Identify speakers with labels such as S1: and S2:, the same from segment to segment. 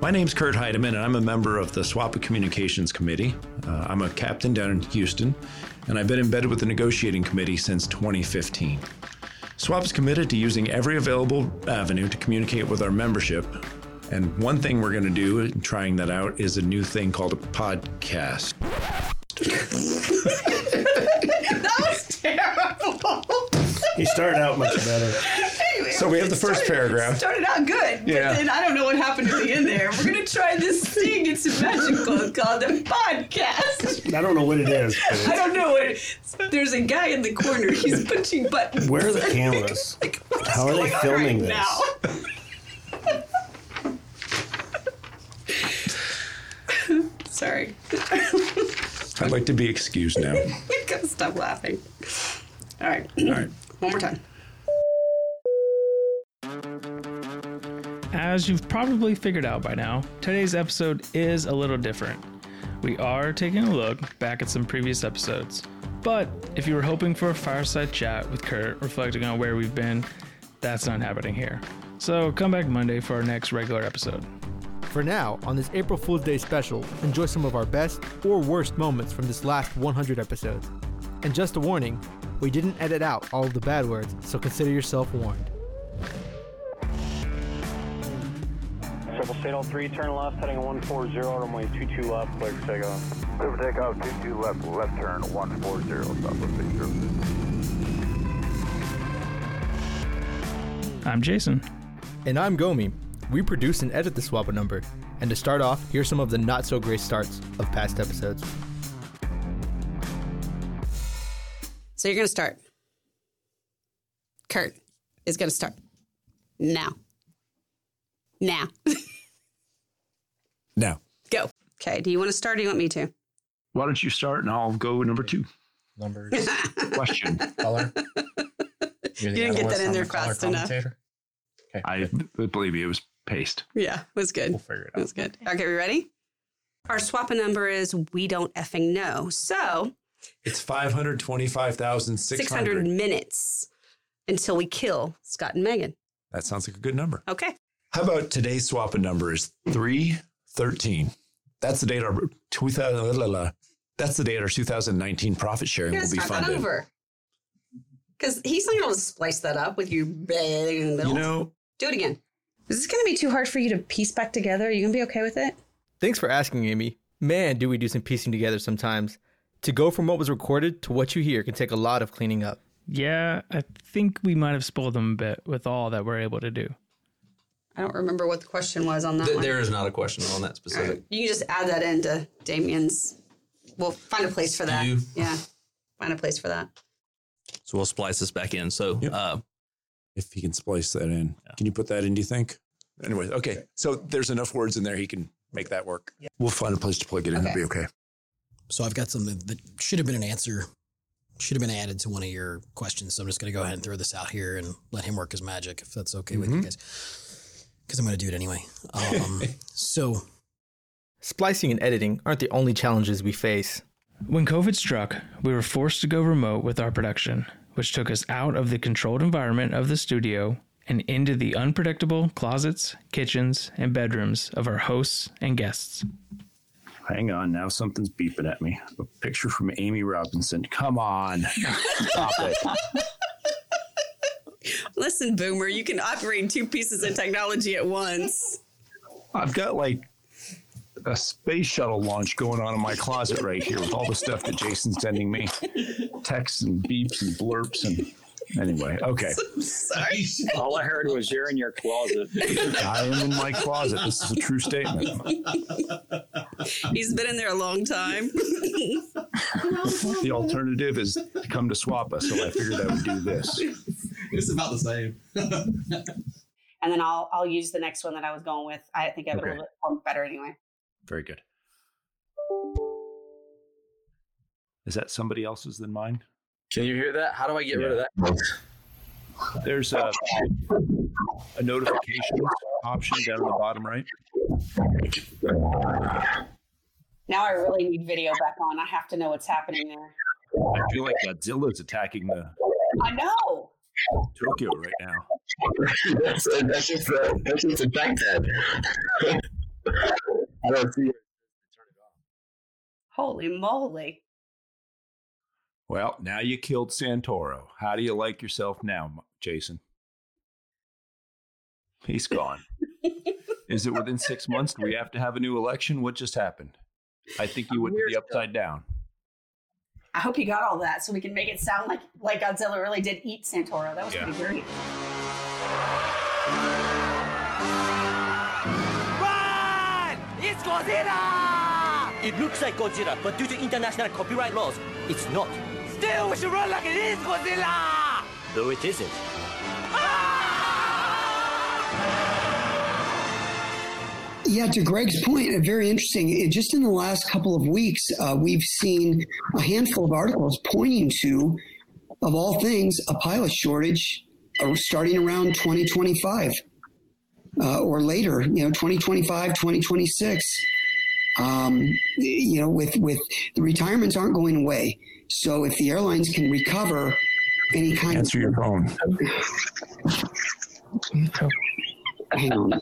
S1: My name's Kurt Heideman, and I'm a member of the SWAPA Communications Committee. Uh, I'm a captain down in Houston, and I've been embedded with the negotiating committee since 2015. SWAP's committed to using every available avenue to communicate with our membership. And one thing we're going to do, in trying that out, is a new thing called a podcast.
S2: That was terrible.
S3: He started out much better.
S2: Anyway,
S1: So we have the
S2: it
S1: first
S2: started-
S1: paragraph.
S2: Started out good, but
S1: Yeah.
S2: then I don't know what happened to the end there. We're gonna try this thing. It's magical called a podcast.
S3: I don't know what it is.
S2: I
S3: But
S2: don't know what. it- There's a guy in the corner. He's punching buttons.
S3: where are the cameras?
S2: Like, what is
S3: How are they
S2: going on
S3: filming
S2: right
S3: this?
S2: Now? Sorry,
S1: I'd like to be excused now.
S2: I gotta stop laughing. All right,
S1: All right.
S2: one more time.
S4: As you've probably figured out by now, today's episode is a little different. We are taking a look back at some previous episodes, but if you were hoping for a fireside chat with Kurt reflecting on where we've been, that's not happening here. So come back Monday for our next regular episode.
S5: For now, on this April Fool's Day special, enjoy some of our best or worst moments from this last 100 episodes. And just a warning, we didn't edit out all of the bad words, so consider yourself warned.
S6: Triple State all three, turn left, heading 140, runway 22 left, clear for takeoff.
S7: Clear for takeoff, 22 left, left turn, 140, Southwest 806.
S4: I'm Jason.
S5: And I'm Gomi. We produce and edit the Swappa number. And to start off, here's some of the not so great starts of past episodes.
S2: So you're going to start. Kurt is going to start now. Now.
S1: Now,
S2: Go. Okay. Do you want to start or do you want me to?
S1: why don't you start and I'll go number two?
S8: numbers,
S1: Question.
S8: color. You
S2: didn't get that in there fast enough.
S1: I believe you, it was paste.
S2: Yeah. Was good.
S8: We'll figure it out.
S2: That's good. Okay. We ready? Our swap number is we don't effing know. So
S1: It's 525,600.
S2: 600 minutes until we kill Scott and Megan.
S1: That sounds like a good number.
S2: Okay.
S1: How about today's swap in number is 313? That's the date our 2000, la, la, la. that's the date our 2019 profit sharing
S2: We're gonna
S1: will be
S2: start that
S1: funded.
S2: over. Because he's not going to splice that up with you.
S1: You know,
S2: Do it again. Is this going to be too hard for you to piece back together? Are you going to be okay with it?
S5: Thanks for asking, Amy. Man, do we do some piecing together sometimes. To go from what was recorded to what you hear can take a lot of cleaning up.
S4: Yeah, I think we might have spoiled them a bit with all that we're able to do.
S2: I don't remember what the question was on that
S8: Th-
S2: one.
S8: there is not a question on that
S2: All
S8: specific.
S2: right. You can just add that into Damien's. We'll find a place for that.
S8: You-
S2: Yeah. Find a place for that.
S8: So we'll splice this back in. So
S1: Yep.
S8: uh,
S1: if he can splice that in, can you put that in, do you think? Anyway, okay. So there's enough words in there. He can make that work. We'll find a place to plug it in. It'll be okay.
S9: So I've got something that should have been an answer, should have been added to one of your questions. So I'm just going to go ahead and throw this out here and let him work his magic if that's okay with you guys. Because I'm going to do it anyway. Um, so
S5: Splicing and editing aren't the only challenges we face.
S4: When COVID struck, we were forced to go remote with our production, which took us out of the controlled environment of the studio and into the unpredictable closets, kitchens, and bedrooms of our hosts and guests.
S10: Hang on, now something's beeping at me. A picture from Amy Robinson. Come on. Stop it.
S2: Listen, Boomer, you can operate two pieces of technology at once.
S10: I've got like a space shuttle launch going on in my closet right here with all the stuff that Jason's sending me. Texts and beeps and blurps and anyway, okay.
S2: Sorry.
S7: All I heard was you're in your closet.
S10: I am in my closet. This is a true statement.
S2: He's been in there a long time.
S10: The alternative is to come to Swappa, so I figured I would do this.
S8: it's about the same.
S2: and then I'll I'll use the next one that I was going with. I think I've
S1: Okay.
S2: bit more better anyway.
S1: Very good.
S10: Is that somebody else's than mine?
S8: Can you hear that? How do I get rid of that?
S10: There's a, a notification option down in the bottom right.
S2: Now I really need video back on. I have to know what's happening there.
S10: I feel like Godzilla's attacking the
S2: I know.
S10: Tokyo right now.
S11: that's, that's just uh, that's just a fact that
S10: I don't see it.
S2: Holy moly.
S1: Well, now you killed Santoro. How do you like yourself now, M- Jason? He's gone. Is it within six months? Do we have to have a new election? What just happened? I think you would be upside down.
S2: I hope you got all that so we can make it sound like like Godzilla really did eat Santoro. That was
S1: Yeah.
S2: pretty great.
S11: Run! It's Godzilla! It looks like Godzilla, but due to international copyright laws, it's not. Still, we should run like it is Godzilla! Though it isn't.
S12: Yeah, to Greg's point, uh, very interesting. It, just in the last couple of weeks, uh, we've seen a handful of articles pointing to, of all things, a pilot shortage uh, starting around 2025 uh, or later, you know, 2025, 2026. Um, you know, with, with the retirements aren't going away. So if the airlines can recover any kind
S10: Answer your phone.
S12: Hang on.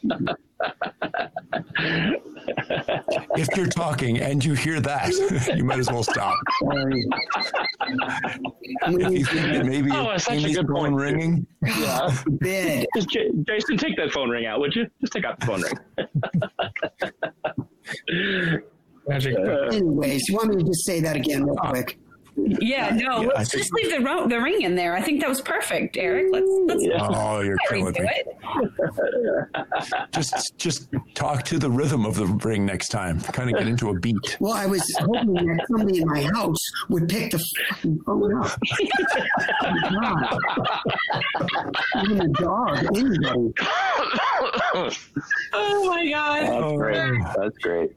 S1: If you're talking and you hear that, you might as well stop. If you think that maybe
S13: Oh, that's such a
S1: Amy's
S13: good
S1: phone
S13: point.
S1: ringing,
S13: Yeah.
S12: Bed.
S13: Just, J- Jason, take that phone ring out, would you? Just take out the phone ring.
S4: Magic.
S12: Anyways, you want me to just say that again real quick?
S2: Yeah, no,
S12: Yeah,
S2: let's
S12: I
S2: just leave the, ro- the ring in there. I think that was perfect, Eric. Let's, let's
S1: Oh, you're
S2: I
S1: killing
S2: redo
S1: me.
S2: it.
S1: just just talk to the rhythm of the ring next time. Kind of get into a beat.
S12: Well, I was hoping that somebody in my house would pick the fucking phone up. God. Even a dog, anybody.
S2: Oh my god.
S13: That's great. That's great.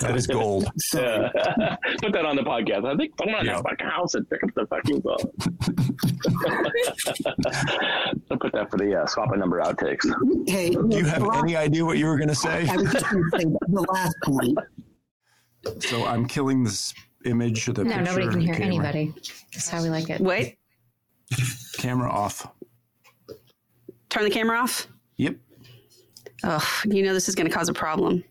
S1: That is gold.
S13: Yeah. Put that on the podcast. I think someone in the fucking house and pick up the fucking phone. I'll put that for the uh, swap a number outtakes.
S12: Hey,
S1: Do you have any idea what you were going to say?
S12: I was just going to say the last point.
S1: So I'm killing this image of the
S14: No,
S1: picture.
S14: nobody can
S1: of the
S14: hear
S1: camera.
S14: anybody. That's how we like it.
S2: Wait,
S1: Camera off.
S2: turn the camera off.
S1: Yep.
S2: Ugh, you know this is going to cause a problem.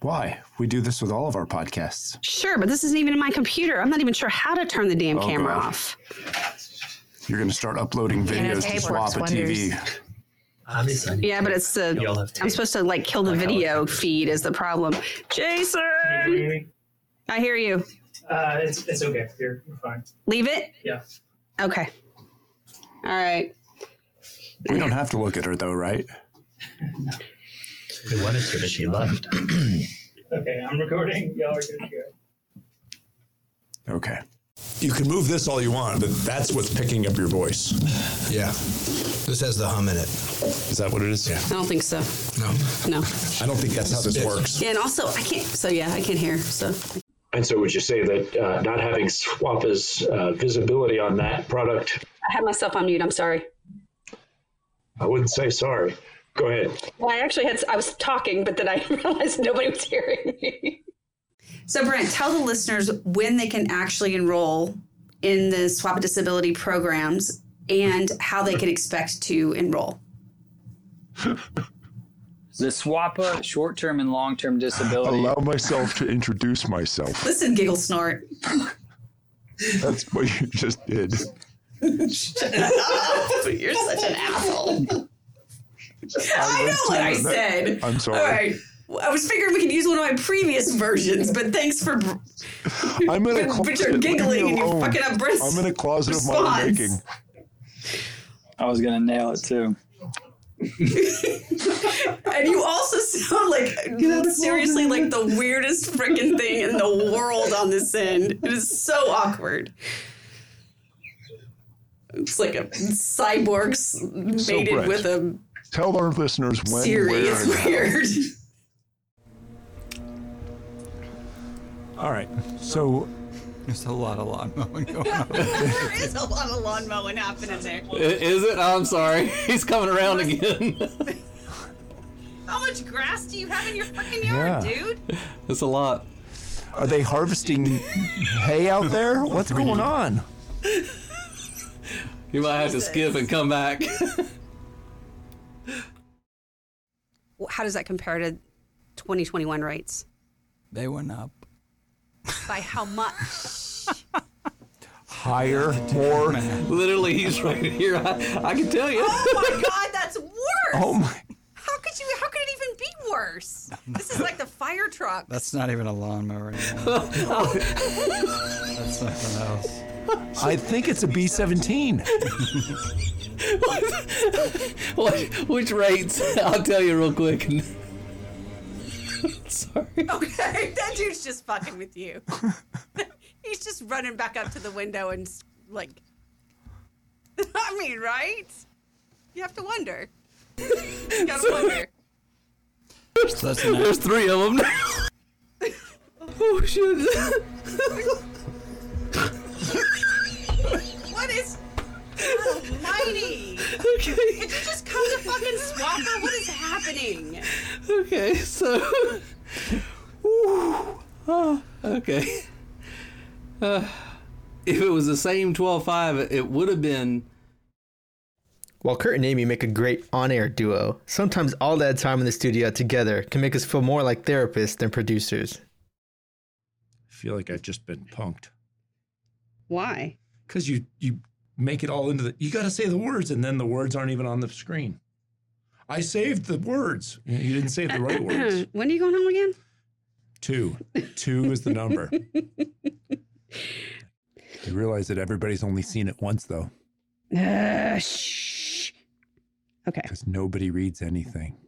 S1: Why? We do this with all of our podcasts.
S2: Sure, but this isn't even in my computer. I'm not even sure how to turn the damn
S1: Oh,
S2: camera
S1: God.
S2: off.
S1: You're going to start uploading
S2: Yeah,
S1: videos to
S2: tape
S1: swap
S2: works
S1: a TV.
S8: Obviously.
S2: Yeah, but it's the
S1: Y'all have
S2: I'm supposed to like kill the video feed is the problem. Jason, I hear you.
S15: Uh, it's, it's okay. You're, you're fine.
S2: Leave it.
S15: Yeah.
S2: Okay. All right.
S1: We don't have to look at her though, right?
S15: We wanted to, but she left. okay, I'm recording. Y'all are good to go.
S1: Okay. You can move this all you want, but that's what's picking up your voice.
S16: Yeah. This has the hum in it.
S1: Is that what it is? Yeah.
S2: I don't think so.
S16: No.
S2: No.
S1: I don't think that's how this works.
S2: Yeah, and also I can't. So yeah, I can't hear. So
S17: And so, would you say that uh, not having Swapa's uh, visibility on that product,
S2: I had myself on mute. I'm sorry.
S17: I wouldn't say sorry. Go ahead.
S2: Well, I actually had, I was talking, but then I realized nobody was hearing me. So, Brent, tell the listeners when they can actually enroll in the Swap a Disability programs and how they can expect to enroll.
S18: The SWAPA short term and long term disability.
S19: Allow myself to introduce myself.
S2: Listen, giggle snort.
S19: That's what you just did.
S2: You're such an asshole. I know what I said.
S19: I'm sorry.
S2: All right. Well, I was figuring we could use one of my previous versions, but thanks for.
S19: I'm in a
S2: but,
S19: closet.
S2: but you're
S19: Leave me
S2: giggling and you're
S18: alone.
S2: fucking up Brent's
S18: I'm in a closet of my own
S2: response.
S18: making. I was going to nail it too.
S2: And you also sound like seriously like the weirdest freaking thing in the world on this end. It is so awkward. It's like a cyborg s-
S19: So,
S2: mated
S19: Brett,
S2: with a
S19: Tell our listeners when,
S2: Siri.
S19: where,
S2: It's
S19: and how.
S2: weird.
S1: All right. So
S20: there's a lot of lawn mowing going on.
S2: there is a lot of lawn mowing happening there.
S21: Is it? I'm sorry. He's coming around again.
S2: How much grass do you have in your fucking
S19: yard, Yeah.
S2: dude?
S19: That's a lot. Are they harvesting hay out there? What's going on?
S21: You might have to skip and come back.
S2: How does that compare to 2021 rates?
S20: They went up.
S2: By how much?
S19: Higher, more.
S21: Literally, he's right here. I, I can tell you.
S8: Ah!
S2: Oh my god, that's worse.
S19: Oh my.
S2: How could you? How could it even be worse? This is like the fire truck.
S20: That's not even a lawnmower anymore. That's something else.
S19: I think it's a B seventeen.
S21: Which, which rates? I'll tell you real quick. Sorry.
S2: Okay, that dude's just fucking with you. He's just running back up to the window and like. I mean, right? You have to wonder. You gotta wonder.
S21: There's, there's three of them now. oh shit!
S2: What is? Almighty! Okay. Did you just come to fucking Swapper? What is happening?
S21: okay, so. Whew. Oh, okay. Uh, if it was the same 12.5, it- it would have been.
S5: While Kurt and Amy make a great on air duo, sometimes all that time in the studio together can make us feel more like therapists than producers.
S1: I feel like I've just been punked.
S2: Why?
S1: Because you you make it all into the you got to say the words and then the words aren't even on the screen. I saved the words. You didn't save the right words.
S2: when are you going home again?
S1: Two, two is the number. You realize that everybody's only seen it once though,
S2: Uh, shh. Okay.
S1: because nobody reads anything.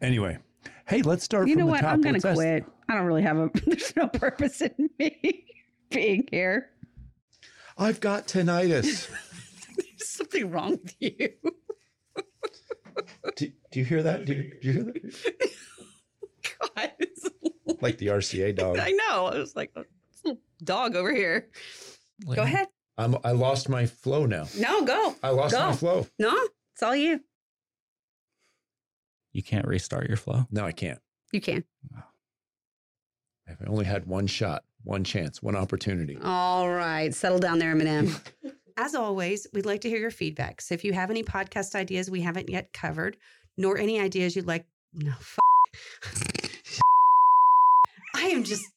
S1: Anyway, hey, let's start.
S3: You
S1: from
S3: know
S1: the
S3: what?
S1: Top.
S3: I'm gonna
S1: Let's ask-
S3: quit. I don't really have a. There's no purpose in me being here.
S1: I've got tinnitus.
S3: There's something wrong with you.
S1: do, do you hear that? Do, you- do you hear that? Like the RCA dog.
S3: I know. I was like, oh, this little dog over here. Go ahead.
S1: I'm, I lost my flow now.
S3: No, go.
S1: I lost
S3: go.
S1: my flow.
S3: No, it's all you.
S1: You can't restart your flow. No, I can't.
S3: You can.
S1: I only had one shot, one chance, one opportunity.
S2: All right, settle down there, Eminem. As always, we'd like to hear your feedback. So if you have any podcast ideas we haven't yet covered, nor any ideas you'd like, no, f- I am just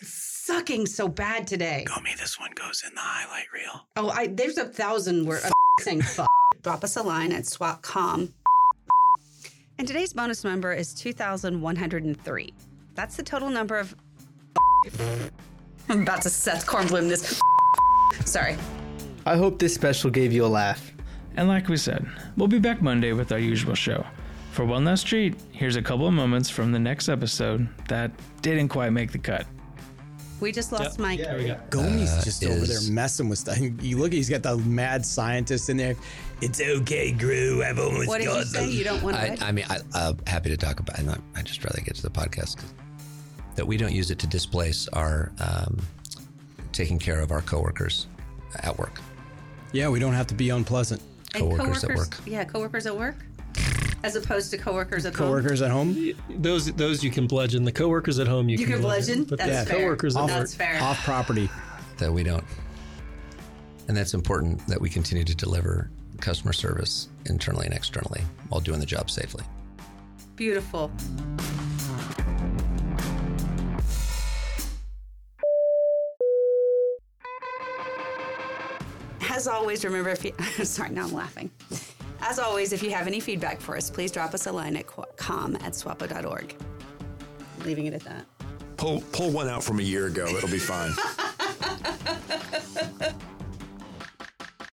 S2: sucking so bad today. Go me this one goes in the highlight reel. Oh, I there's a thousand words saying f- Drop us a line at swatcom. And today's bonus number is 2,103. That's the total number of I'm about to Seth Kornblum this. Sorry.
S5: I hope this special gave you a laugh.
S4: And like we said, we'll be back Monday with our usual show. For one last treat, here's a couple of moments from the next episode that didn't quite make the cut.
S2: We just lost Mike. Yeah, we got.
S9: Gomi's
S4: Uh,
S9: just over
S4: is-
S9: there messing with stuff. You look, he's got the mad scientist in there. It's okay, Gru. I've almost
S2: What did you
S9: got
S2: say? You don't want
S22: I,
S2: to.
S22: I mean, I, I'm happy to talk about. I'm I just rather get to the podcast 'cause- that we don't use it to displace our um, taking care of our coworkers at work.
S9: Yeah, we don't have to be unpleasant.
S22: Coworkers at work.
S2: Yeah, coworkers at work, as opposed to coworkers at home.
S9: Coworkers at home.
S23: Those those you can bludgeon. The coworkers at home you,
S2: You can bludgeon.
S23: But
S2: That's
S23: the
S2: fair.
S23: coworkers at
S2: That's
S23: work-
S2: fair. Off
S22: property. That we don't, and that's important that we continue to deliver customer service internally and externally while doing the job safely.
S2: Beautiful. As always, remember if you. I'm sorry, now I'm laughing. As always, if you have any feedback for us, please drop us a line at qu- com at swapo.org. Leaving it at that.
S1: Pull pull one out from a year ago. It'll be fine.